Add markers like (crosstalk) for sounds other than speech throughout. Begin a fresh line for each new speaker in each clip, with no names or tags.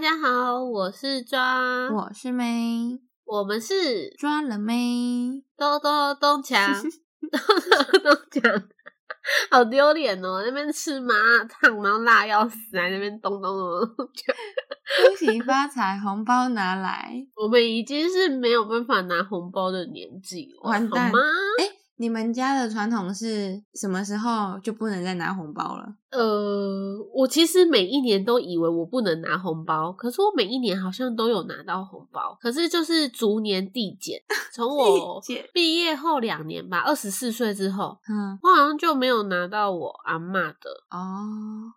家好，我是抓，
我是妹，
我们是
抓了妹，
(laughs) 咚咚咚
(laughs)
锵，咚咚咚锵，好丢脸哦！那边吃麻辣烫，然后辣要死，在那边咚咚咚咚锵。
恭喜发财，红包拿来！
我们已经是没有办法拿红包的年纪了，
完蛋
好吗？
哎、你们家的传统是什么时候就不能再拿红包了？
呃，我其实每一年都以为我不能拿红包，可是我每一年好像都有拿到红包，可是就是逐年递减。从我
(laughs) 递减
毕业后两年吧，二十四岁之后，
嗯，
我好像就没有拿到我阿嬷的，
哦，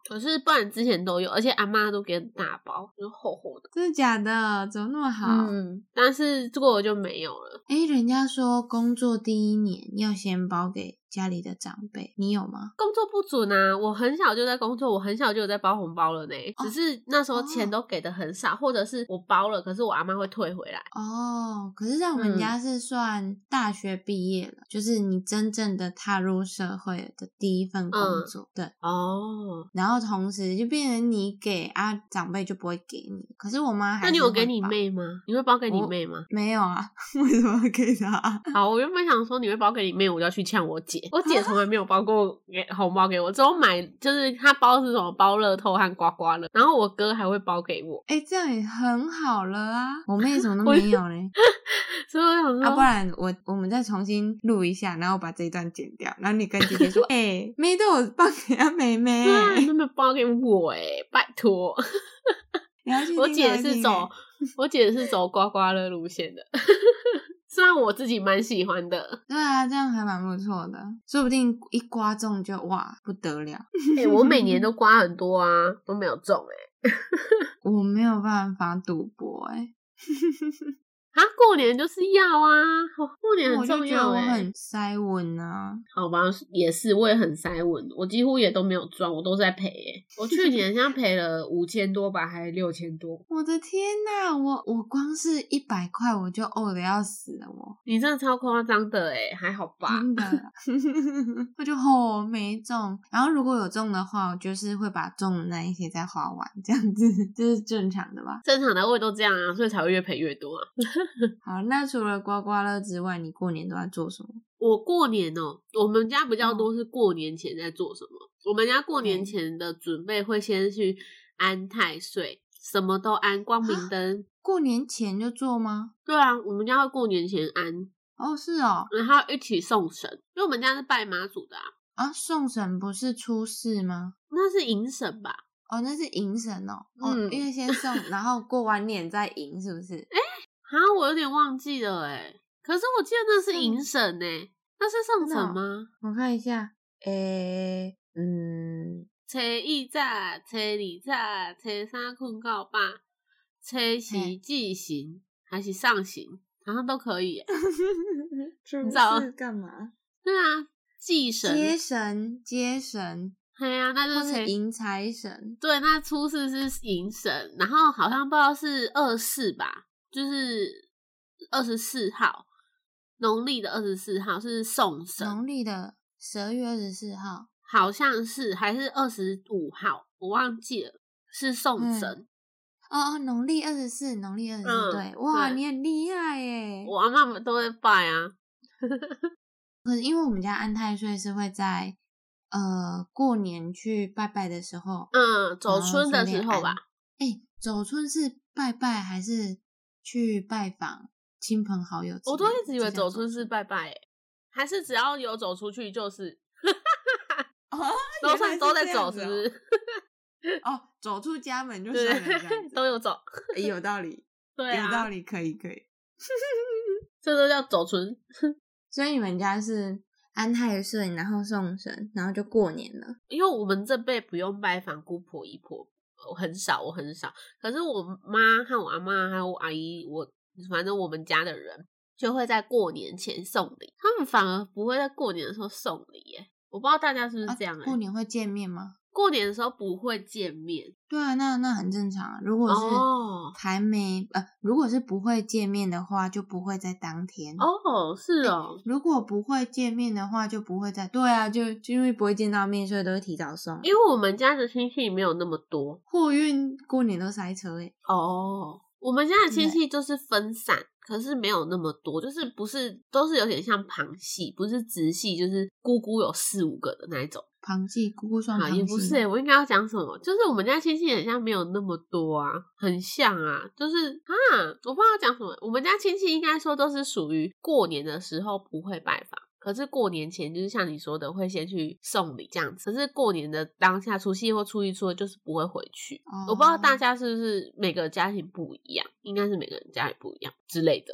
可是不然之前都有，而且阿嬷都给很大包，就是厚厚的。
真的假的？怎么那么好？哎、
嗯，但是这个我就没有了。
人家说工作第一年要先包给家里的长辈，你有吗？
工作不准啊，我很小就在工作，我很小就有在包红包了呢。
哦
只是那时候钱都给的很少，或者是我包了，可是我阿妈会退回来。
哦，可是在我们
嗯
家是算大学毕业了，就是你真正的踏入社会的第一份工
嗯
作，对。
哦，
然后同时就变成你给啊，长辈就不会给你。可是我妈还
那你
是
有
会
给你
包？
妹吗？你会包给你妹吗？
没有啊， (laughs) 为什么要给她？啊
好，我原本想说你会包给你妹，我就要去呛我姐。我姐从来没有包过给红包给我，只有买就是她包是什么包乐透和刮刮乐，然后我哥还会包给我，
哎、这样也很好了啊！我妹怎么都
我嗯
没有嘞？
所以我想
啊，不
说，
然我我们再重新录一下，然后把这一段剪掉，然后你跟
(laughs)
姐姐说，哎、妹都有帮给她妹妹，
对啊，你妹妹包给我哎、拜
(laughs)
托，
你要去
我
听
姐
她听
是
欸
走， (laughs) 我姐是走刮刮乐路线的， (laughs) 虽然我自己蛮喜欢的，
对啊，这样还蛮不错的，说不定一刮中就哇不得了。
哎、我每年
(laughs)
都刮很多啊，都没有中哎、
我没有办法赌博哎、
啊，过年就是要啊，哦过年
我
很
就
重
觉得
要
我
哎、
很塞稳啊。
好吧，也是，我也很塞稳，我几乎也都没有赚，我都是在赔耶、我去年好像赔了五千多吧，还六千多。
我的天呐，我我光是一百块我就呕的要死了，我
你真的超夸张的哎、还好吧？
真的，我就吼没中。然后如果有中的话，我就是会把中的那一些再花完，这样子这是正常的吧？
正常的我也都这样啊，所以才会越赔越多啊。
好，那除了刮刮乐之外，你过年都在做什么？
我过年哦、我们家比较多
嗯
是过年前在做什么。我们家过年前的准备会先去安太岁，什么都安，光
啊
明灯。
过年前就做吗？
对啊，我们家会过年前安，
哦，是哦，
然后一起送神，因为我们家是拜妈祖的啊，
啊，送神不是初四吗？
那是迎神吧？
哦，那是迎神哦，哦，
嗯
因为先送，然后过完年再迎，是不是？
啊，我有点忘记了哎、可是我记得那是银审呢、那是上
啊真的
层
哦
吗？
我看一下，诶、嗯，
初一早，初二早，初三困到饱，初四
嘿
祭行还是上行，好像都可以欸、
(laughs) 初
早
四干嘛？
对啊，祭 (laughs) 神，
接神，接神，
对啊，那
或
就是是
迎财神。
对，那初四是银神，然后好像不知道是二四吧，就是二十四号，农历的二十四号是送神，
农历的十二月二十四号，
好像是还是二十五号，我忘记了，是送
嗯
神。
哦哦，农历二十四，农历二十
嗯
四，对，哇，
对
你很厉害耶！
我阿妈们都会拜啊，
可是因为我们家安太岁是会在呃过年去拜拜的时候，
嗯，走
然后
春的
顺便
时候吧
安，哦哎，走春是拜拜还是去拜访亲朋好友之类的？
我都一直以为
这叫
走春是拜拜、欸，还是只要有走出去就是
哦， (laughs)
都
原来
算
是
都在
这
走，
样
是
子哦
不是？
哦，走出家门就算了这样
对，(laughs)
子，
都有走，
诶有道理，
对
有道
啊，
理，可以可以。
这都叫走春。
所以你们家是安太岁，然后送神，然后就过年了。
因为我们这辈不用拜访姑婆姨婆，我很少，我很少。可是我妈和我阿妈还有我阿姨，我反正我们家的人就会在过年前送礼，他们反而不会在过年的时候送礼耶。我不知道大家是不
啊
是这样、欸
过年会见面吗？
过年的时候不会见面，
对啊，那那很正常啊。如果
哦
是还没、呃，如果是不会见面的话，就不会在当天。
哦，是哦，
如果不会见面的话，就不会在。对啊，就就因为不会见到面，所以都会提早送。
因为我们家的亲戚没有那么多
货运过年都塞车诶、欸
哦，我们家的亲戚就是分散，可是没有那么多，就是不是都是有点像旁系，不是直系，就是姑姑有四五个的那一种。
螃蟹姑姑算
好，
螃蟹
也不是、欸，我应该要讲什么？就是我们家亲戚很像没有那么多啊，很像啊，就是啊，我不知道要讲什么。我们家亲戚应该说都是属于过年的时候不会拜访。可是过年前就是像你说的，会先去送礼这样子。可是过年的当下，除夕或初一、初二就是不会回去。
哦
我不知道大家是不是每个家庭不一样，应该是每个人家里不一样之类的。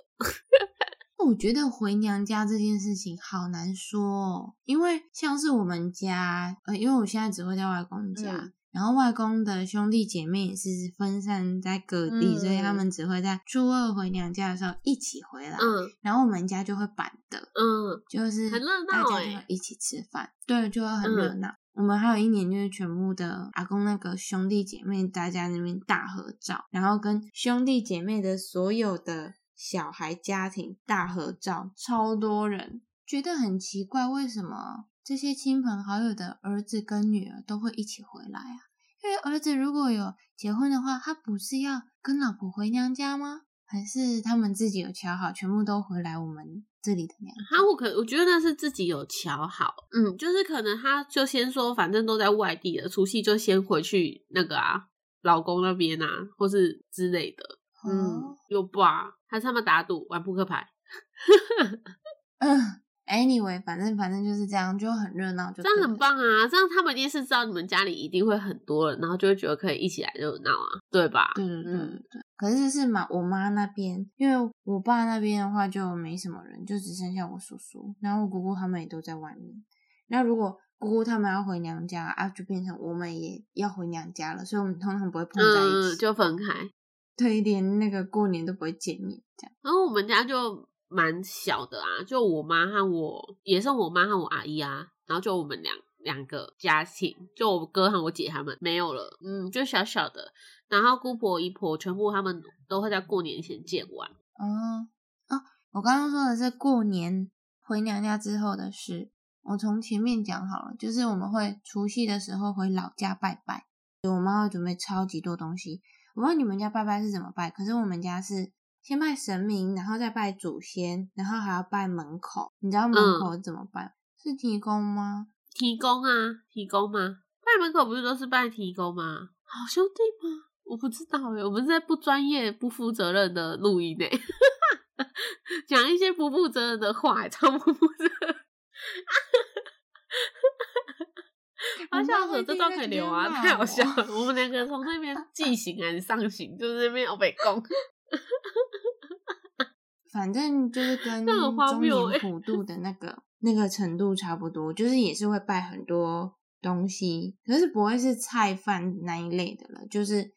我觉得回娘家这件事情好难说、哦，因为像是我们家，呃，因为我现在只会在外公家，
嗯
然后外公的兄弟姐妹也是分散在各地，
嗯
所以他们只会在初二回娘家的时候一起回来，
嗯
然后我们家就会板的，
嗯，
就是
很热闹
大家就
欸嗯
会一起吃饭，对，就会很热闹。我们还有一年就是全部的阿公那个兄弟姐妹，大家那边大合照，然后跟兄弟姐妹的所有的小孩家庭大合照，超多人，觉得很奇怪，为什么这些亲朋好友的儿子跟女儿都会一起回来啊？因为儿子如果有结婚的话，他不是要跟老婆回娘家吗？还是他们自己有瞧好，全部都回来我们这里的娘家？
他我可我觉得那是自己有瞧好，嗯，就是可能他就先说，反正都在外地了，除夕就先回去那个啊，老公那边啊，或是之类的，嗯
哦，，
有吧？还是他们打赌玩扑克牌，
嗯，anyway，反正反正就是这样，就很热闹，就
这样
对
很
了。
棒啊！这样他们一定是知道你们家里一定会很多人，然后就会觉得可以一起来热闹啊，对吧？
对对对
嗯
对对。可是是嘛，我妈那边，因为我爸那边的话就没什么人，就只剩下我叔叔，然后我姑姑他们也都在外面。那如果姑姑他们要回娘家啊，就变成我们也要回娘家了，所以我们通常不会碰在一起，
嗯，就分开。
对，连那个过年都不会见面这样。
然后我们家就蛮小的啊，就我妈和我，也是我妈和我阿姨啊，然后就我们两两个家庭，就我哥和我姐他们没有了，嗯，就小小的。然后姑婆姨婆全部他们都会在过年前见完，
哦哦，我刚刚说的是过年回娘家之后的事。我从前面讲好了，就是我们会除夕的时候回老家拜拜，我妈会准备超级多东西。我不知道你们家拜拜是怎么拜，可是我们家是先拜神明，然后再拜祖先，然后还要拜门口。你知道门
嗯
口怎么拜？是提供吗？
提供啊，提供吗？拜门口不是都是拜提供吗？好兄弟吗？我不知道哎、我们是在不专业、不负责任的录音呢、 (laughs) 讲一些不负责任的话、超不负责任。好笑死，这段可以留啊，太好笑了。我们两个从那边记醒还是上行，就是那边欧北 (laughs) 宫。
反正就是跟
那很荒
中
谬欸
年普渡的那个那个程度差不多，就是也是会拜很多东西，可是不会是菜饭那一类的了，就是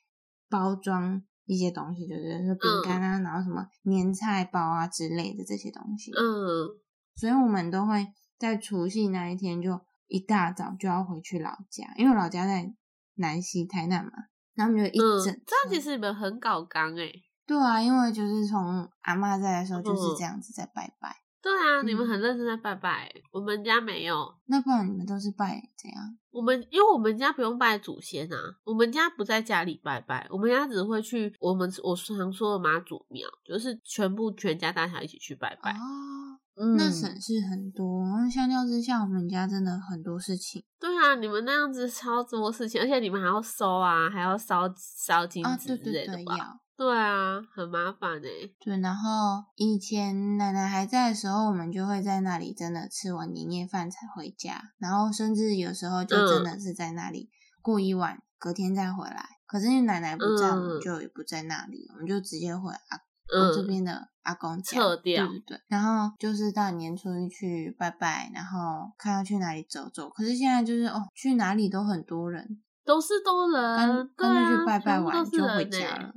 包装一些东西，就是说饼
嗯
干啊，然后什么年菜包啊之类的这些东西。
嗯，
所以我们都会在除夕那一天就一大早就要回去老家，因为我老家在南溪台南嘛，然后我们就一
嗯，
整、
这样其实你们很搞纲哎、
对啊，因为就是从阿嬷在的时候就是
嗯
这样子在拜拜。
对啊，你们
嗯
很认真在拜拜、欸我们家没有。
那不然你们都是拜怎样？
我们因为我们家不用拜祖先啊，我们家不在家里拜拜，我们家只会去我们我常说的妈祖庙，就是全部全家大小一起去拜拜。
哦，
嗯
那省事很多。然后相较之下，我们家真的很多事情
对啊，你们那样子超多事情，而且你们还要收啊，还要烧烧金
啊，
纸
对
之
对
类的
对，
吧？
要
对啊，很麻烦哎、
对。然后以前奶奶还在的时候，我们就会在那里真的吃完年夜饭才回家，然后甚至有时候就
嗯
真的是在那里过一晚，隔天再回来。可是因为奶奶不在，我
嗯
们就也不在那里，我们就直接回阿我这
嗯，
边的阿公家
撤掉
对对对。然后就是到年初一去拜拜，然后看要去哪里走走。可是现在就是哦，去哪里都很多人，
都是多人
干，
对
干脆
啊，
去拜拜
全部
完
都是
就
人
回
欸
家了。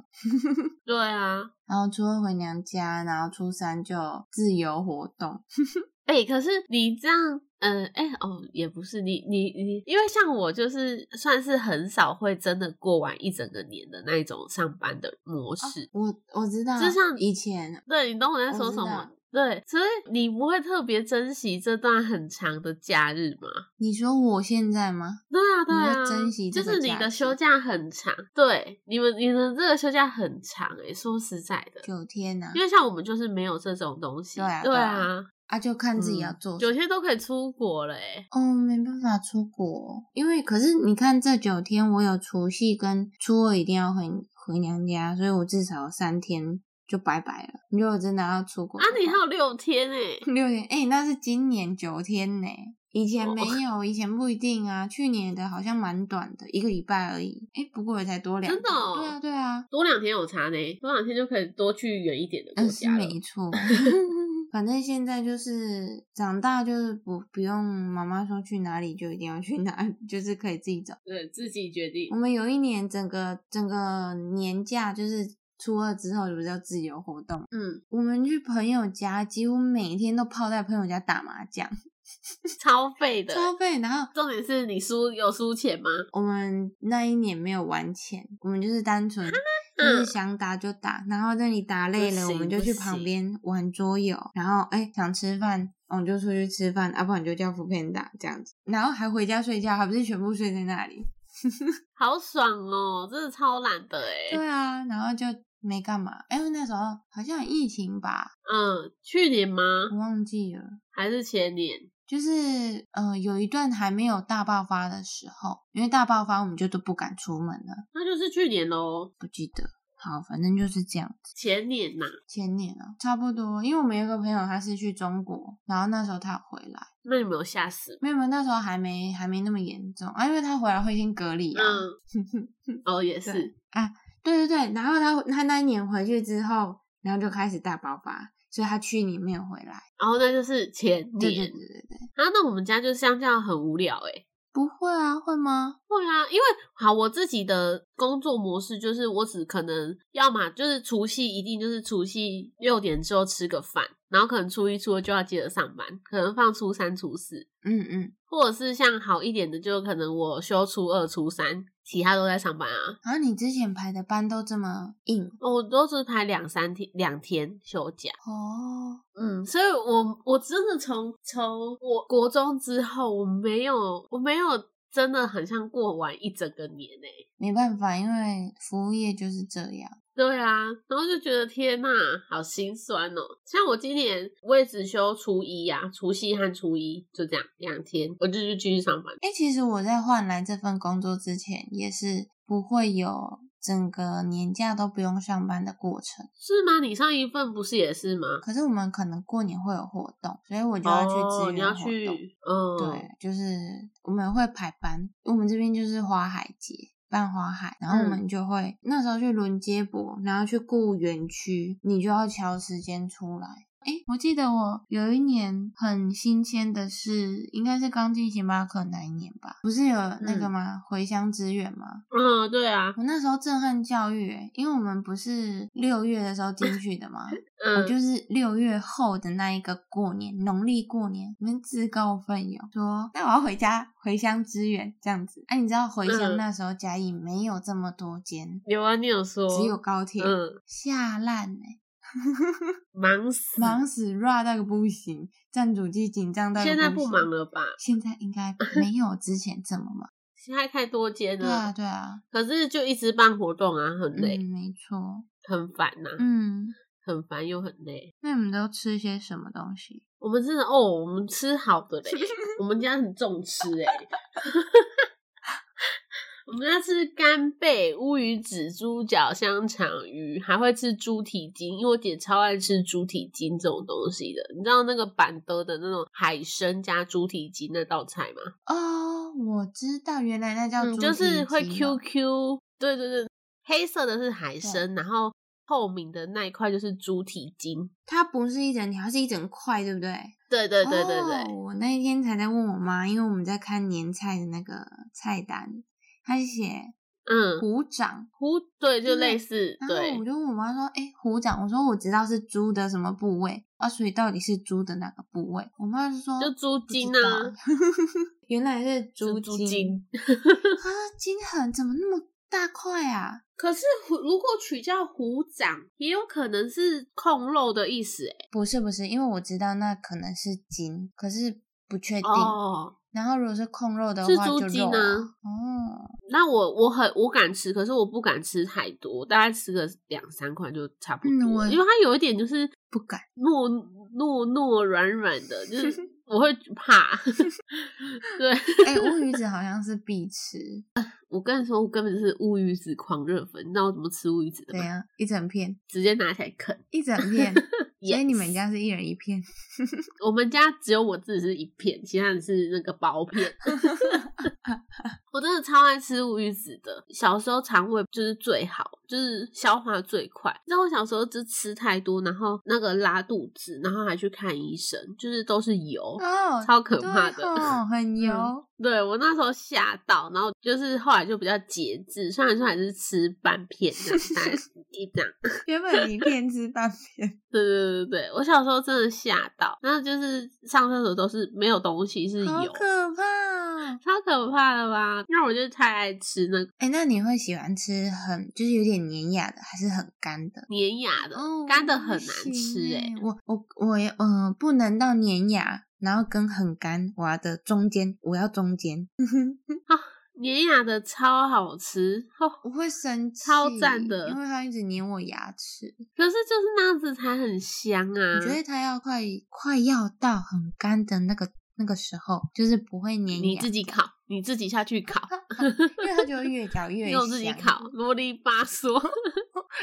对啊，
然后初二回娘家，然后初三就自由活动。
哎、可是你这样嗯，哎、哦，也不是你你你，因为像我就是算是很少会真的过完一整个年的那一种上班的
哦
模式，
我我知道，
就像
以前，
对，你懂我在
我
说
知
什么
道？
对，所以你不会特别珍惜这段很长的假日吗？
你说我现在吗？
对啊，对
要
啊，
珍惜
就
这个
是你
假
的
期
休假很长，对，你们你的这个休假很长诶、说实在的，
九天呐、啊
因，为像我们就是没有这种东西，
对啊
对
对
啊，
啊就看自己要
嗯
做什
九
么。
天都可以出国了哎诶、
哦，没办法出国，因为可是你看这九天，我有除夕跟初二一定要回回娘家，所以我至少有三天就拜拜了。如果真的要出国
啊
的，
你还
话
有六天诶、
六天，哎、那是今年九天呢、以前没有，以前不一定啊。去年的好像蛮短的，一个礼拜而已。哎、不过也才多两
真
天，
的哦
对啊，对啊，
多两天有差呢，多两天就可以多去远一点的国
嗯，是
家了。
没
(laughs)
错。反正现在就是长大，就是不不用妈妈说去哪里就一定要去哪里， (laughs) 就是可以自己走。
对自己决定
我。们有一年整个整个年假就是初二之后，不是要自由活动？
嗯，
我们去朋友家，几乎每天都泡在朋友家打麻将，
超费的。
超费。然后
重点是你输有输钱吗？
我们那一年没有玩钱，我们就是单纯就是想打就打，然后那里打累了，
啊嗯不
我
行
们就去旁边玩桌游，然后哎、想吃饭。我们就出去吃饭，啊要、不然就叫副片打这样子，然后还回家睡觉，还不是全部睡在那里？
好爽哦，真的超懒的哎。
对啊，然后就没干嘛，因为那时候好像有疫情吧，
嗯，去年吗？
我忘记了。
还是前年？
就是呃，有一段还没有大爆发的时候，因为大爆发我们就都不敢出门了，
那就是去年喽，
不记得。好，反正就是这样子。
前年呐、
前年啊，差不多，因为我们有个朋友他是去中国，然后那时候他有回来，
那你没有吓死吗？
没有，没有那时候还没还没那么严重啊，因为他回来会先隔离啊。
嗯，
(laughs)
哦也是
对，啊对对对，然后他他那一年回去之后，然后就开始大爆发，所以他去年没有回来。
然后那就是前
对对
年
对对对，
啊。那我们家就相较很无聊哎。
不会啊，会吗？
会啊，因为好，我自己的工作模式就是，我只可能要么就是除夕一定就是除夕六点之后吃个饭，然后可能初一初二就要接着上班，可能放初三初四，
嗯嗯，
或者是像好一点的，就可能我休初二初三，其他都在上班啊。
然后你之前排的班都这么硬
我都是排两三天，两天休假。
哦，
嗯，所以我我真的从从我国中之后，我没有我没有真的很像过完一整个年欸诶、
没办法，因为服务业就是这样。
对啊，然后就觉得天呐，好心酸哦。像我今年我也只休初一啊，除夕和初一就这样两天，我就就继续上班。
哎，其实我在换来这份工作之前，也是不会有整个年假都不用上班的过程。
是吗？你上一份不是也是吗？
可是我们可能过年会有活动，所以我就要去
哦，
支
你
援
要
活动。
去，嗯，
对，就是我们会排班，我们这边就是花海节。办花海，然后我们就会、那时候去轮接驳，然后去顾园区，你就要调时间出来。诶，我记得我有一年很新鲜的是，应该是刚进星巴克那一年吧，不是有那个
嗯
吗？回乡支援吗？
嗯，对啊，
我那时候震撼教育、诶，因为我们不是六月的时候进去的嘛，我
嗯，
就是六月后的那一个过年，农历过年，我们自告奋勇说，那我要回家回乡支援这样子。哎、你知道回
嗯
乡那时候嘉义没有这么多间，
有啊，你有说，
只有高铁，
嗯，
下烂哎、
忙死，
忙死 ra 到个不行，占主机紧张到个
现在不
行
忙，了吧？
现在应
(laughs)
该没有之前这么忙。
现在太多间
对
了，
啊，对啊，
可是就一直办活动啊，很
嗯，
嗯累，
没错，
很烦呐、
嗯，
很烦又很累。
那你们都吃些什么东
(laughs)
西？
我们真的哦，我们吃好的
(laughs)
嘞，我们家很重吃哎， (laughs) 我们家吃干贝、乌鱼子、猪脚、香肠鱼，还会吃猪蹄筋，因为我姐超爱吃猪蹄筋这种东西的。你知道那个板德的那种海参加猪蹄筋那道菜吗？
哦，我知道，原来那叫
嗯，
猪蹄
就是会
筋哦
QQ，对对对，黑色的是海参，然后透明的那一块就是猪蹄筋。
它不是一整条，它是一整块，对不对？
对对对对对，
哦我那一天才在问我妈，因为我们在看年菜的那个菜单，它是写
嗯，
虎掌，
虎对，就
对
类似
然后
对
啊我，就问我妈说：“哎、虎掌，我说我知道是猪的什么部位啊，所以到底是猪的哪个部位？”我妈就说：“
就猪
不知
精
道
啊，，
(laughs) 原来是
是
猪
猪
筋
精。
啊，筋很怎么那么大块啊？
可是虎如果取叫虎掌，也有可能是控肉的意思哎。
不是不是，因为我知道那可能是筋，可是不确定。
哦，
然后如果是控肉的
是
话，
猪
就
筋
肉
啊
啊。哦，
那我我很我敢吃，可是我不敢吃太多，大概吃个两三块就差不
嗯
多，
我
因为它有一点就是
不敢。
糯糯糯软软的， (laughs)
(laughs)
就是我会怕。 (laughs) 对， (laughs)
哎、乌鱼子好像是必吃，
我跟你说，我根本就是乌鱼子狂热粉，你知道我怎么吃乌鱼子的
对
吗？
啊，一整片，
直接拿起来啃。
一整片。所以你们
Yes
家是一人一片。
我们家只有我自己是一片，其他人是那个薄片。我真的超爱吃乌鱼子的，小时候肠胃就是最好，就是消化最快。你知道我小时候就吃太多，然后那个拉肚子，然后还去看医生，就是都是油，
哦，
超可
对
怕的。嗯
哦，很油。
对我那时候吓到，然后就是后来就比较节制，虽然说还是吃半片这样，大概一这样。
原本一片吃半片，
对对对对对，我小时候真的吓到，那就是上厕所都是没有东西是
好
油，
可怕、哦。
超可怕的吧？那我就太爱吃那个
哎、那你会喜欢吃很就是有点粘牙的，还是很干的？
粘牙的，
哦
干的
我不
很难
行
吃哎、
欸我我我也嗯、呃不能到粘牙，然后跟很干，我要的中间，我要中间， (laughs)
粘牙的超好吃哦，
我会生气，
超赞的
因为它一直粘我牙齿，
可是就是那样子才很香啊。
我觉得它要快快要到很干的那个那个时候，就是不会粘
你
牙，
自己烤，你自己下去烤，
(laughs) 因为它就会越嚼越
(laughs) 你
香。
有自己烤，啰里吧嗦。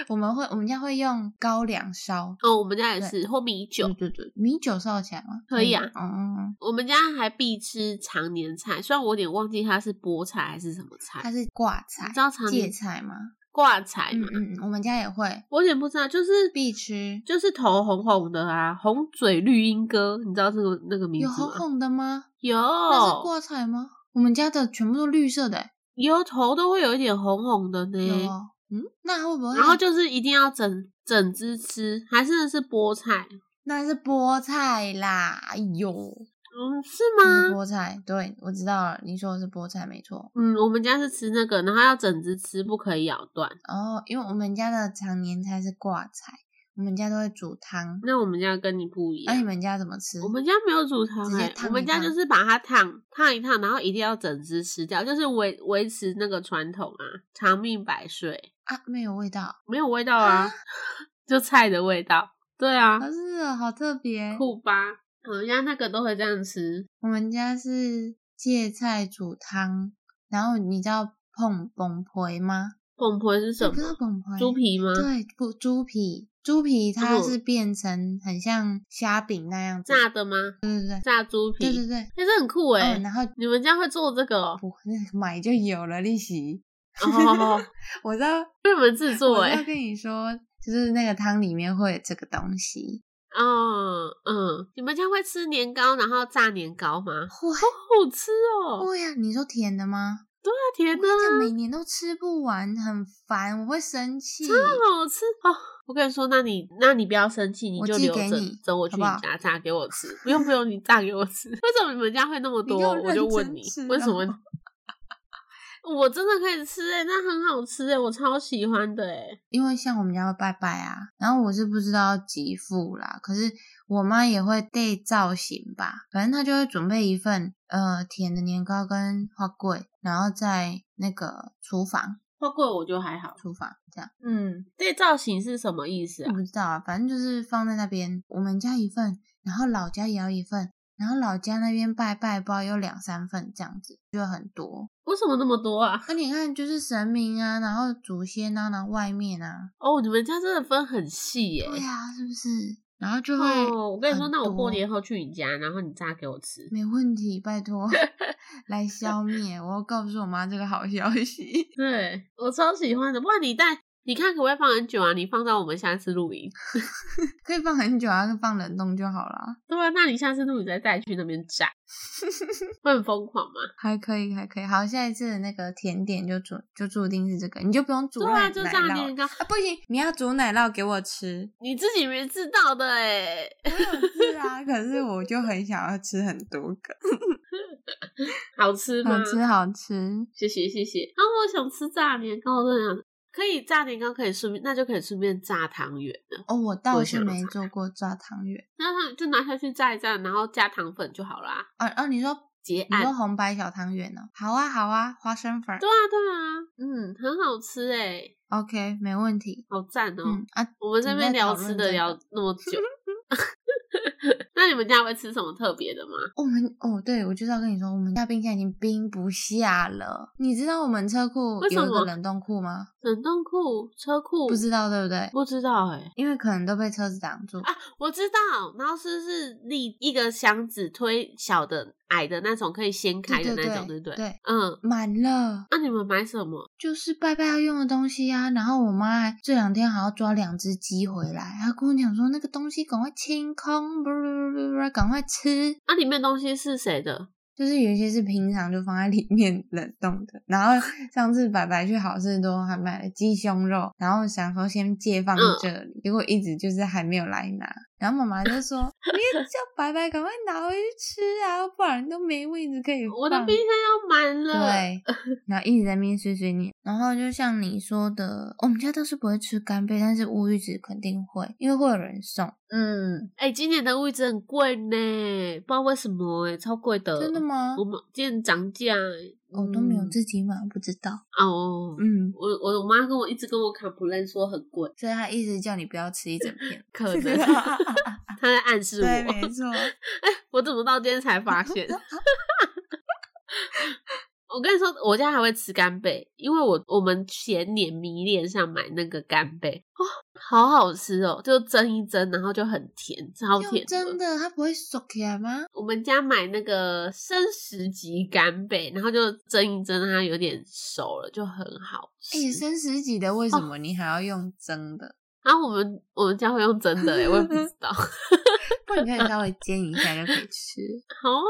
我们会我们家会用高粱烧。
哦，我们家也是，或米酒
对，嗯对对，米酒烧起来吗？
可以啊
嗯哦、嗯
我们家还必吃常年菜，虽然我有点忘记它是菠菜还是什么菜，
它是挂菜
你知、道常
芥
年
菜吗？
挂菜
嗯
嘛？
嗯，嗯我们家也会
我有点不知道，就是
必吃。
就是头红红的啊，红嘴绿鹦哥，你知道这哦个那个名
有
字
红
吗？
红的吗？
有
那是挂菜吗？我们家的全部都绿色的、欸，
有头都会有一点红红的
有
呢，
哦。嗯，那会不会？
然后就是一定要整整只吃，还是是菠菜？
那是菠菜啦，哎呦，
嗯，是
那是
吗？
菠菜。对，我知道了，你说的是菠菜没错。
嗯，我们家是吃那个，然后要整只吃，不可以咬断。
哦，因为我们家的常年菜是挂菜，我们家都会煮汤。
那我们家跟你不一
那、
样
你，们家怎么吃？
我们家没有煮汤、
哎直接
欸，
烫
我们
一
家
烫
就是把它烫烫一烫，然后一定要整只吃掉，就是维维持那个传统啊，长命百岁，
啊没有味道，
没有味道啊， (laughs) 就菜的味道。对啊，
啊是哦，好特别。
酷吧？我们家那个都会这样吃，
我们家是芥菜煮汤，然后你知道碰崩皮吗？
碰婆是什
你不知道
么？
崩皮？
猪皮吗？
对，不猪皮，猪皮它
嗯
是变成很像虾饼那样子，
炸的吗？
对对对
炸猪皮，
对对对，
欸这很酷哎、
嗯，然后
你们家会做这个
(laughs)
哦？
不那买就有了利息。
哦，
我知道，
被你们制作
我
哎、
要跟你说，就是那个汤里面会有这个东西，
嗯嗯，你们家会吃年糕，然后炸年糕吗？
会
好好吃哦、
会呀、啊？你说甜的吗？
太甜的
我跟你讲，
啊，
每年都吃不完，很烦，我会生气。
好好吃哦！我跟你说，那你那你不要生气，你
我
就
寄
留
给
着
你，
等我去
好不好
你家炸给我吃。不用不用，你炸给我吃。为什么你们家会那么多？
你给我
我就
认
问
真
你 (laughs)
吃，
为什么
哦？
我真的可以吃哎、那很好吃哎、我超喜欢的哎、
因为像我们家会拜拜啊，然后我是不知道几副啦，可是我妈也会带造型吧，反正她就会准备一份呃甜的年糕跟花桂，然后在那个厨房
花桂我觉得还好，
厨房这样，
嗯，这造型是什么意思
我
啊？
不知道啊，反正就是放在那边，我们家一份，然后老家也要一份，然后老家那边拜拜包有两三份这样子，就很多。
为什么那么多啊？ (laughs)
那你看就是神明啊，然后祖先啊，然后外面啊，
哦，你们家真的分很细耶、
对啊，是不是？然后就会。
哦，我跟你说，
啊很
那我过
多嗯
年后去你家，然后你炸给我吃。
没问题，
(laughs)
拜托，来消灭！我要告诉我妈这个好消息。 (laughs)
对我超喜欢的，不然你带你看可不可以放很久啊？你放到我们下次露营。
可以放很久啊，放冷冻就好了。
对啊，那你下次露营再带去那边
(laughs)
炸，会很疯狂吗？
还可以，还可以。好，下一次的那个甜点就注就注定是这个，你就不用煮
对
奶
啊，
酪。
就这样年糕，
啊，不行，你要煮奶酪给我吃。
你自己没知道的哎。
是啊，可是我就很想要吃很多个，
好吃吗？
好吃好吃。
谢谢谢谢。啊，我想吃炸年糕，我真的想可以炸年糕，可以顺便，那就可以顺便炸汤圆了。
哦，我
我
倒
也
是
想
没做过炸汤圆。
那它就拿下去炸一炸，然后加糖粉就好啦。
哦哦，你说
结
你
案。
说红白小汤圆呢？好啊好啊，花生粉儿
哎对啊对啊，嗯，很好吃哎、
，OK，没问题。
好赞哦、
嗯啊，
我们这边聊
我们在讨论
吃的
这个
聊那么 (laughs) 久，那你们家会吃什么特别的吗？
我们哦，对，我就是要跟你说，我们家冰箱已经冰不下了。你知道我们车库
为什
有一个
么
冷冻库吗？
冷冻库、车库，
不知道对不对？
不知道哎、
因为可能都被车子挡住。
啊，我知道，然后是是立一个箱子推小的、矮的那种，可以掀开的那种，对
对
不对？
对，
嗯，
满了，
那、你们买什么？
就是拜拜要用的东西啊。然后我妈还这两天还要抓两只鸡回来，她跟我讲说那个东西赶快清空，不不不不，赶快吃。
啊那、里面东西是谁的？
就是有一些是平常就放在里面冷冻的，然后上次白白去好事多还买了鸡胸肉，然后想说先借放
嗯
这里，结果一直就是还没有来拿，然后妈妈就
(laughs)
说你也叫白白赶快拿回去吃啊，不然都没位置可以放。
我的冰箱要满了。， (laughs)
对，然后一直在那边碎碎念。然后就像你说的，我们家倒是不会吃干贝，但是乌鱼子肯定会，因为会有人送。嗯，
哎、今年的物质很贵呢，不知道为什么哎、超贵的。
真的？吗
我？们今年涨价、欸，
我都没有
嗯
自己买，不知
(laughs)
道。
哦。
嗯，
我我我妈跟我一直跟我 complain 说很
(laughs)
贵，
所以他一直叫你不要吃一整片。
(laughs) 可能她在暗示我。
啊对，没
哎、
错。
我怎么到今天才发现？ (laughs) 我跟你说，我家还会吃干贝，因为我我们前年迷恋上买那个干贝哦，好好吃哦，就蒸一蒸，然后就很甜， (laughs) 超
又
甜
真的，它不会熟起来吗？
我们家买那个生食级干贝，然后就蒸一蒸，让它有点熟了，就很好吃。
哎、生食级的
哦
为什么你还要用蒸的？
然后我们我们家会用蒸的、欸，我也不知
(laughs)
道。
不然你可以稍微煎一下就可
(laughs)
以吃。
好、哦，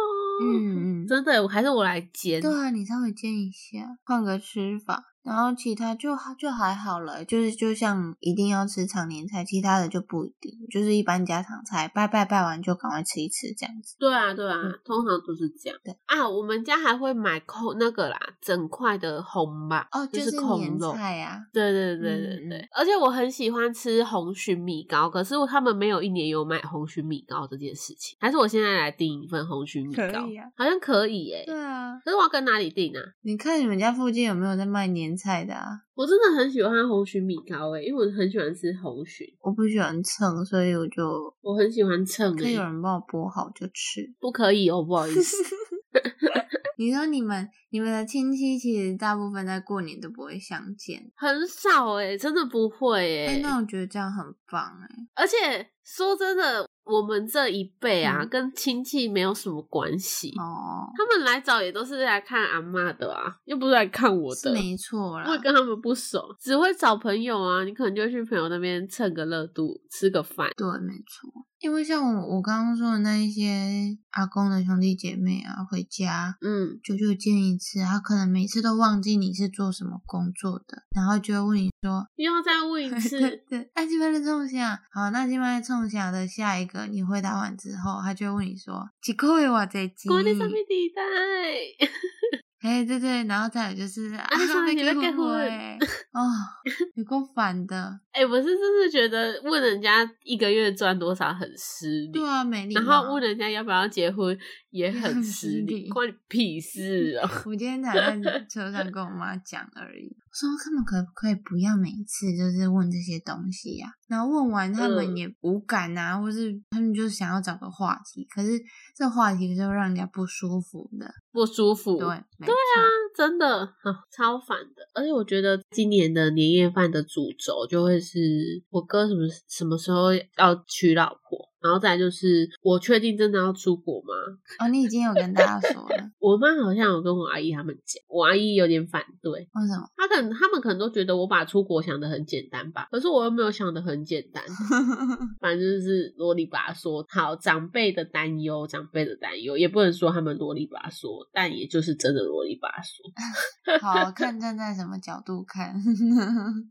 嗯
(laughs)
嗯，
真的欸、我还是我来煎。
对啊，你稍微煎一下，换个吃法，然后其他就还就还好了，就是就像一定要吃常年菜，其他的就不一定，就是一般家常菜，拜拜拜完就赶快吃一吃这样子。
对啊，对啊，
嗯
通常都是这样
对。
啊，我们家还会买扣那个啦，整块的红吧，
哦，
就是控
年
肉。
菜啊，
对对对对
嗯
对，
嗯
而且我很喜欢吃红鲟米糕，可是他们没有一年有买红鲟米糕这件事情。还是我现在来订一份红鲟米
可
糕
以啊，
好像可以欸耶、
对啊，
可是我要跟哪里订啊？
你看你们家附近有没有在卖年菜的啊？
我真的很喜欢红鲟米糕欸诶、因为我很喜欢吃红鲟，
我不喜欢蹭，所以我就
我很喜欢蹭
可以啊
诶、
有人帮我剥好就吃。
不可以嗯哦，不好意思。
(laughs) 你说你们你们的亲戚其实大部分在过年都不会相见，
很少哎、真的不会哎、
哎、那我觉得这样很棒哎、
而且说真的，我们这一辈啊，
嗯
跟亲戚没有什么关系。
哦，
他们来找也都是来看阿嬷的啊，又不是来看我
是
的。
没错啦
我。也跟他们不熟，只会找朋友啊。你可能就会去朋友那边蹭个热度，吃个饭。
对，没错，因为像我我刚刚说的那一些阿公的兄弟姐妹啊，回家
嗯，
久久见一次，他可能每次都忘记你是做什么工作的，然后就会问你说，
又要再问一
对 (laughs)
次。
对，那今天的冲下，好，那今天的冲下的下一个，你回答完之后，他就会问你说，几个月我在几？
国内上
嗯
面地带，
哎，对对，然后再有就是啊
你说
被
你被
结
结
婚
婚
欸哦，有够
(laughs)
烦的。
哎、我是真的觉得问人家一个月赚多少很失礼。
对啊，没礼
然
貌
后问人家要不要结婚也很
很
失
失
礼，
礼
关你屁事
(laughs)
哦！
我今天才在车上跟我妈讲而已，我说他们可不可以不要每次就是问这些东西呀、然后问完他
嗯
们也无感啊，或是他们就想要找个话题，可是这话题就让人家不舒服的。
不舒服，
对，
啊，
没错，
真的、啊超烦的。而且我觉得今年的年夜饭的主轴就会是我哥什么什么时候要娶老婆，然后再就是，我确定真的要出国吗？
哦，你已经有跟大家说了，
我妈好像有跟我阿姨他们讲，我阿姨有点反对，
为什么？ (laughs)
她可能他们可能都觉得我把出国想的很简单吧，可是我又没有想的很简单。反正就是啰里吧嗦，好长辈的担忧，长辈的担忧，也不能说他们啰里吧嗦，但也就是真的啰里吧嗦。
好看站在什么角度看？ (laughs)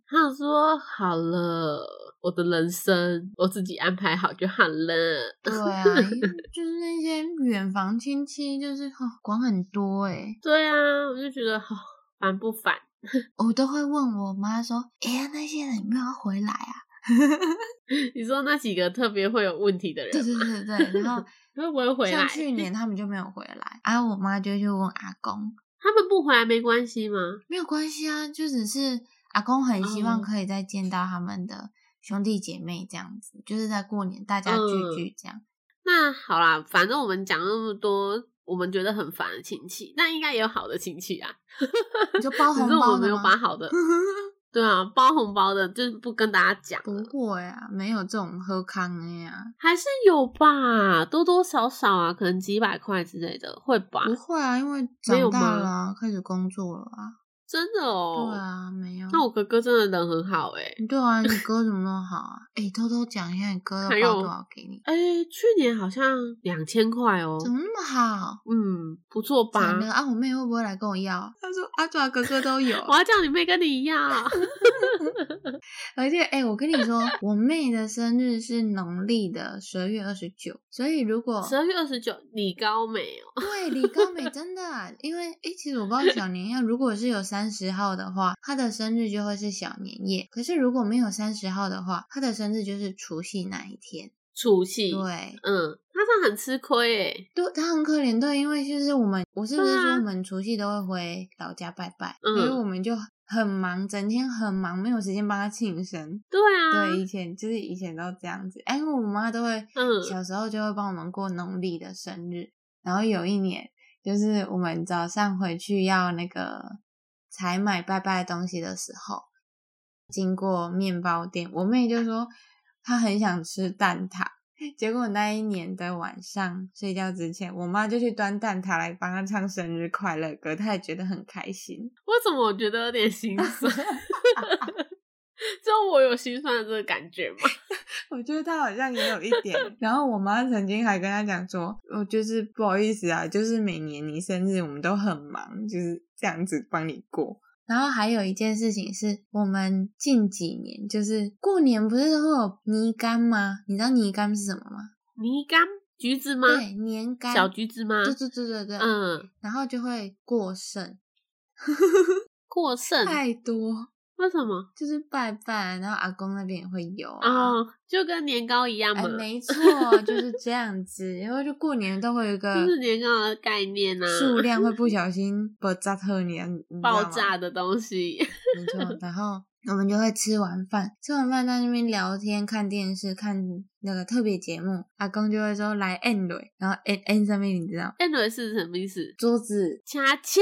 他想说好了，我的人生我自己安排好就好了。 (laughs)
对啊，因为就是那些远房亲戚，就是哦、管很多哎、
对啊，我就觉得好烦不烦？ (laughs)
我都会问我妈说：“哎、呀，那些人有没有要回来啊
你说那几个特别会有问题的？”
对
人
对对对，然后
(laughs) 会不会回来
像？去
(laughs)
年他们就没有回来，然、啊、后我妈就去问阿公，
他们不回来没关系吗？
没有关系啊，就只是阿公很希望
嗯
可以再见到他们的兄弟姐妹这样子，就是在过年大家
嗯
聚聚这样。
那好啦，反正我们讲那么多，我们觉得很烦的亲戚，那应该也有好的亲戚啊。 (laughs)
你说包红
只是我
包
们没
的
有
吗？
把好的，对啊，包红包的就是不跟大家讲
(laughs) 不
了，
会啊，没有这种喝康的
(laughs)
呀、
还是有吧，多多少少啊，可能几百块之类的会吧。
不会啊，因为
没有
长大
吗
了、啊，开始工作了啊。
真的哦，
对啊，没有。
那我哥哥真的人很好哎、
对啊，你哥怎么那么好啊？哎、偷偷讲一下，你哥要
还
包
有
多少给你？
哎、去年好像两千块哦，
怎么那么好？
嗯，不错吧，
惨？了啊！我妹会不会来跟我要？ (laughs) 她说阿爪哥哥都 (laughs) 有
我要叫你妹跟你一
(laughs)
样，
而且哎、我跟你说，我妹的生日是农历的十二月二十九，所以如果
十二月二十九，李高美哦，
对李高美真的、啊，因为哎、诶其实我不知道小年夜，如果是有三十号的话，她的生日就会是小年夜；可是如果没有三十号的话，她的生日就是除夕那一天。
除夕，
对，
嗯，他这样很吃亏哎、
对，他很可怜，对，因为就是我们，我是不是
对
说
啊
我们除夕都会回老家拜拜，
嗯
所以我们就很忙，整天很忙，没有时间帮他庆生。
对啊，
对，以前就是以前都这样子，哎，因为我妈都会，
(laughs) 嗯
小时候就会帮我们过农历的生日，然后有一年就是我们早上回去要那个采买拜拜的东西的时候，经过面包店，我妹就说她很想吃蛋挞， (laughs) 结果那一年的晚上睡觉之前，我妈就去端蛋挞来帮她唱生日快乐歌，她也觉得很开心。
为什么我觉得有点心酸？ (laughs) 就我有心酸的这个感觉吗？
我觉得她好像也有一点。然后我妈曾经还跟她讲说，我就是不好意思啊，就是每年你生日我们都很忙，就是这样子帮你过。然后还有一件事情是，我们近几年就是过年不是都会有泥柑吗？你知道泥柑是什么吗？
泥柑、橘子吗？
对，年柑，
小橘子吗？
对对对对对，
嗯，
然后就会过剩，
过剩
太多，
为什么？
就是拜拜，啊然后阿公那边也会有啊。
哦，就跟年糕一样嘛
哎，，没错，就是这样子。然后就过年都会有一
(laughs)
个
就是年糕的概念啊，
数量会不小心爆炸特年，你知道
(laughs)
吗
爆炸的东西。 (laughs)
没错。然后我们就会吃完饭，吃完饭在那边聊天、看电视、看那个特别节目。阿公就会说来 end 蕊，然后 end end 上面你知道
e n 是什么意思？
桌子
恰
(laughs)
恰，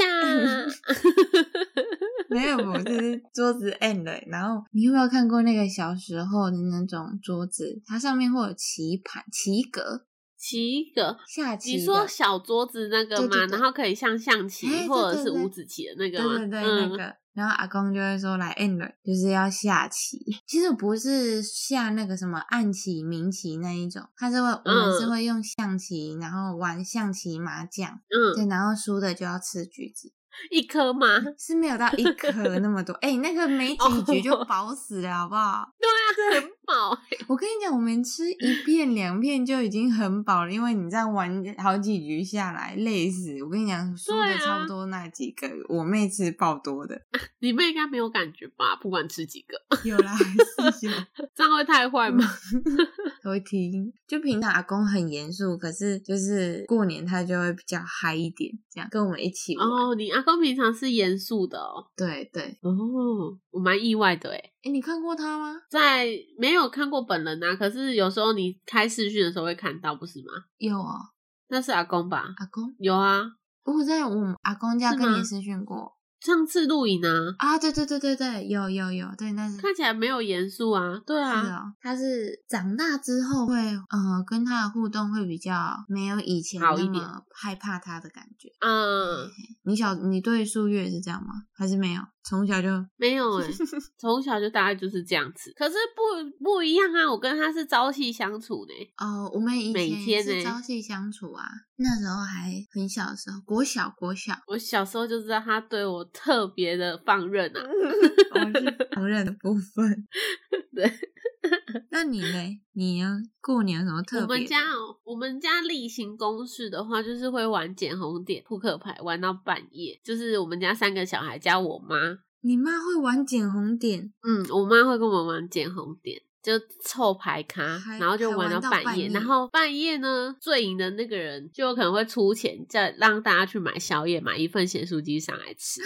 没有，我就是桌子 end 蕊。然后你有没有看过那个小时候的那种桌子？它上面会有棋盘、棋格、
棋格。
下棋
你
的。
说小桌子那个
对对
吗？
对
然后可以像象棋
哎对
或者
对
是
对
五子棋的那个吗？
对对对，那
嗯，
个。然后阿公就会说来 end 就是要下棋，其实不是下那个什么暗棋、明棋那一种，他是会我们是
嗯
会用象棋，然后玩象棋、麻将，
嗯，
对，然后输的就要吃橘子，
一颗吗？
是没有到一颗那么多，哎、那个没几局就
哦
饱死了，好不好？ (laughs)
对啊，很饱。
我跟你讲，我们吃一片两片就已经很饱了，因为你这样玩好几局下来累死。我跟你讲，输
对
的
啊
差不多那几个，我妹吃爆多
(laughs)
的，
你妹应该没有感觉吧？不管吃几个， (laughs)
有啦，还是有。
这样会太坏吗？
他会听。就平常阿公很严肃，可是就是过年他就会比较嗨一点，这样跟我们一起玩。
哦，你阿公平常是严肃的哦。
对对，哎、
哦，我蛮意外的诶
你看过他吗？
在没有看过本人啊，可是有时候你开视讯的时候会看到，不是吗？
有哦，
那是阿公吧？
阿公。哦
有啊，
我在我们阿公家
是
跟
吗
你私讯过，
上次露营啊，
啊，对对对对对，有有有，对，那是
看起来没有严肃啊，对
是
啊，
哦，他是长大之后会，呃，跟他的互动会比较没有以前
好
那
一点
么害怕他的感觉。
嗯，
你小你对数月也是这样吗？还是没有？从小就
没有
(laughs)
哎、从小就大概就是这样子，可是不不一样啊，我跟他是朝夕相处呢、
哦，我们以
每
前也
天呢
是朝夕相处啊，那时候还很小的时候，国小国
(laughs)
小，
我小时候就知道他对我特别的放任啊，
我是承认的部分。
(laughs) 对， (laughs)
那你呢？你呢？过年有什么特别
我
的？
们家哦，我们家例行公事的话，就是会玩捡红点、扑克牌，玩到半夜。就是我们家三个小孩加我妈，
你妈会玩捡红点，
嗯，我妈会跟我们玩捡红点。就凑牌咖
还，
然后就
还玩
玩到
到
半
半
夜，
夜
然后半夜呢，最赢的那个人就有可能会出钱，再让大家去买宵夜，买一份咸酥鸡上来
(laughs)
吃，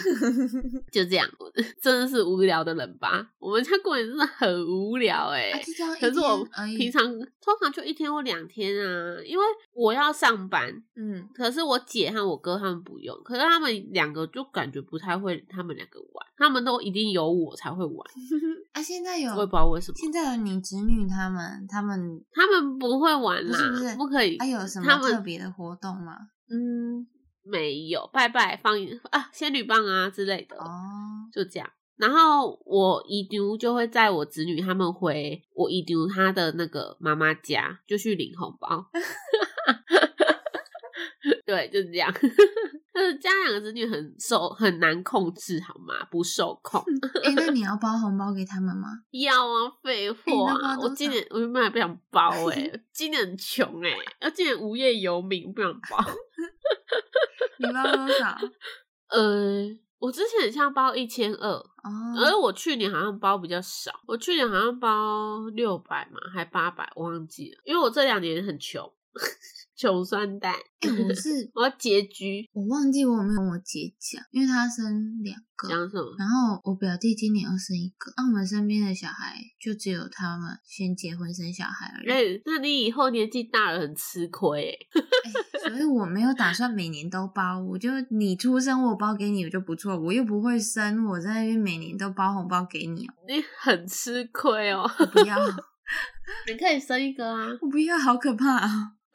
就这样， (laughs) 真的是无聊的人吧？我们家过年真的很无聊哎、
啊，就这样一
可是我
天而已。
平常通常就一天或两天啊，因为我要上班，
嗯，
可是我姐和我哥他们不用，可是他们两个就感觉不太会，他们两个玩，他们都一定有我才会玩，
啊，现在
我也不知
有
道为什么，
现在有你侄女他们，他们
他们不会玩啦，
不是不哎是
可以，
还、有什么
他们
特别的活动吗？
嗯，没有拜拜放啊仙女棒啊之类的，
哦，
就这样。然后我姨丢就会在我侄女他们回我姨丢她的那个妈妈家，就去领红包。
(laughs)
对，就是这样。 (laughs) 但是家两个子女很受很难控制，好吗？不受控。
哎、那你要包红包给他们吗？
要啊，废话
那
啊、
花多
我
少
今年我原本还不想 (laughs) 包哎、今年很穷哎、要今年无业游民，不想 (laughs) 包。
你包多少？
(laughs) 呃，我之前很像包一千二，而
哦，
我去年好像包比较少，我去年好像包六百嘛，还八百，我忘记了，因为我这两年很穷，穷酸蛋，
哎、我是
(laughs) 我要拮据，
我忘记我有没有跟我姐讲，因为她生两个，
讲什么？
然后我表弟今年又生一个，那、我们身边的小孩就只有他们先结婚生小孩而已，
哎、那你以后年纪大了很吃亏、欸，
哎所以我没有打算每年都包，我就你出生我包给你我就不错，我又不会生，我在那边每年都包红包给你哦，
你很吃亏哦、
我不要，
(laughs) 你可以生一个啊，
我不要，好可怕啊、
(laughs)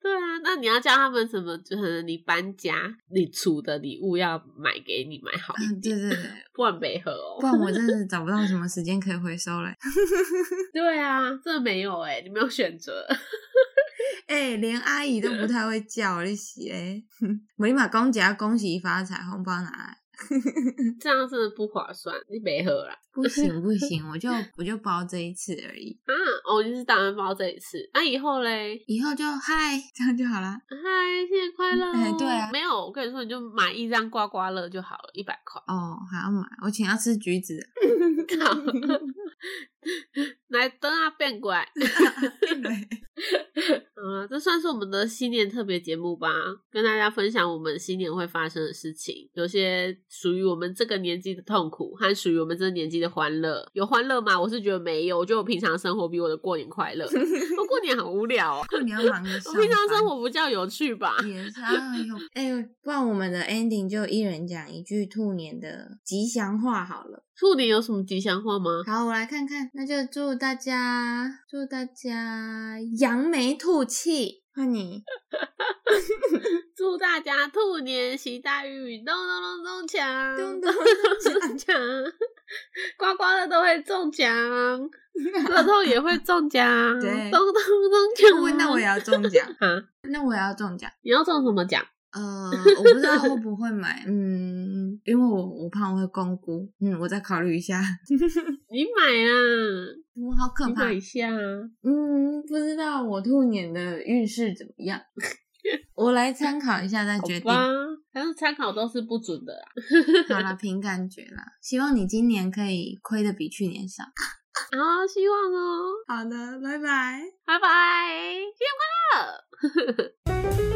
对啊，那你要叫他们什么？就可能你搬家，你储的礼物要买给你买好，
嗯，对对
(laughs)
对，
不然没合哦、
不然我真的找不到什么时间可以回收了。
对啊，这没有哎、你没有选择。
哎、连阿姨都不太会叫，你洗嘞！我立马公姐要恭喜发财，红包拿来。
这样真的不划算，你没喝啦
不
(laughs)
行不行，我就我就包这一次而已，
啊！哦，你是打完包这一次，那、以后嘞？
以后就嗨这样就好啦。
嗨，新年快乐、哦
哎对啊。
没有，我跟你说，你就买一张刮刮乐就好了，一百块
哦，还要买，我请要吃橘子， (laughs)
靠 (laughs) 来等啊，变乖。啊，这算是我们的新年特别节目吧，跟大家分享我们新年会发生的事情，有些属于我们这个年纪的痛苦，和属于我们这个年纪的欢乐。有欢乐吗？我是觉得没有，我觉得我平常生活比我的过年快
(laughs)
乐。我过年很无聊、哦，
过年要忙着
我
上
平常
班
生活比较有趣吧。
也是啊，哎呦，哎、不然我们的 ending 就一人讲一句兔年的吉祥话好了。
兔年有什么吉祥话吗？
好，我来看看，那就祝大家祝大家扬眉吐气。
(laughs)
换你，
祝大家兔年行大运，咚咚咚咚锵，
咚咚 (laughs)
咚锵，啊刮刮乐都会中奖，乐透也会中奖，
对
咚咚咚锵。
问那我也要中奖，
啊，
那我也要中奖。
你要中什么奖？
呃，我不知道会不会买，嗯，因为我我怕我会光顾，嗯，我再考虑一下。
你买啊，
我好可
你
怕
买，一下啊。
嗯，不知道我兔年的运势怎么样， (laughs) 我来参考一下再决定
好。吧，但是参考都是不准的啦。
好啦，凭感觉啦，希望你今年可以亏的比去年少。
好，希望哦，
好的，拜拜。
拜拜，新年快乐。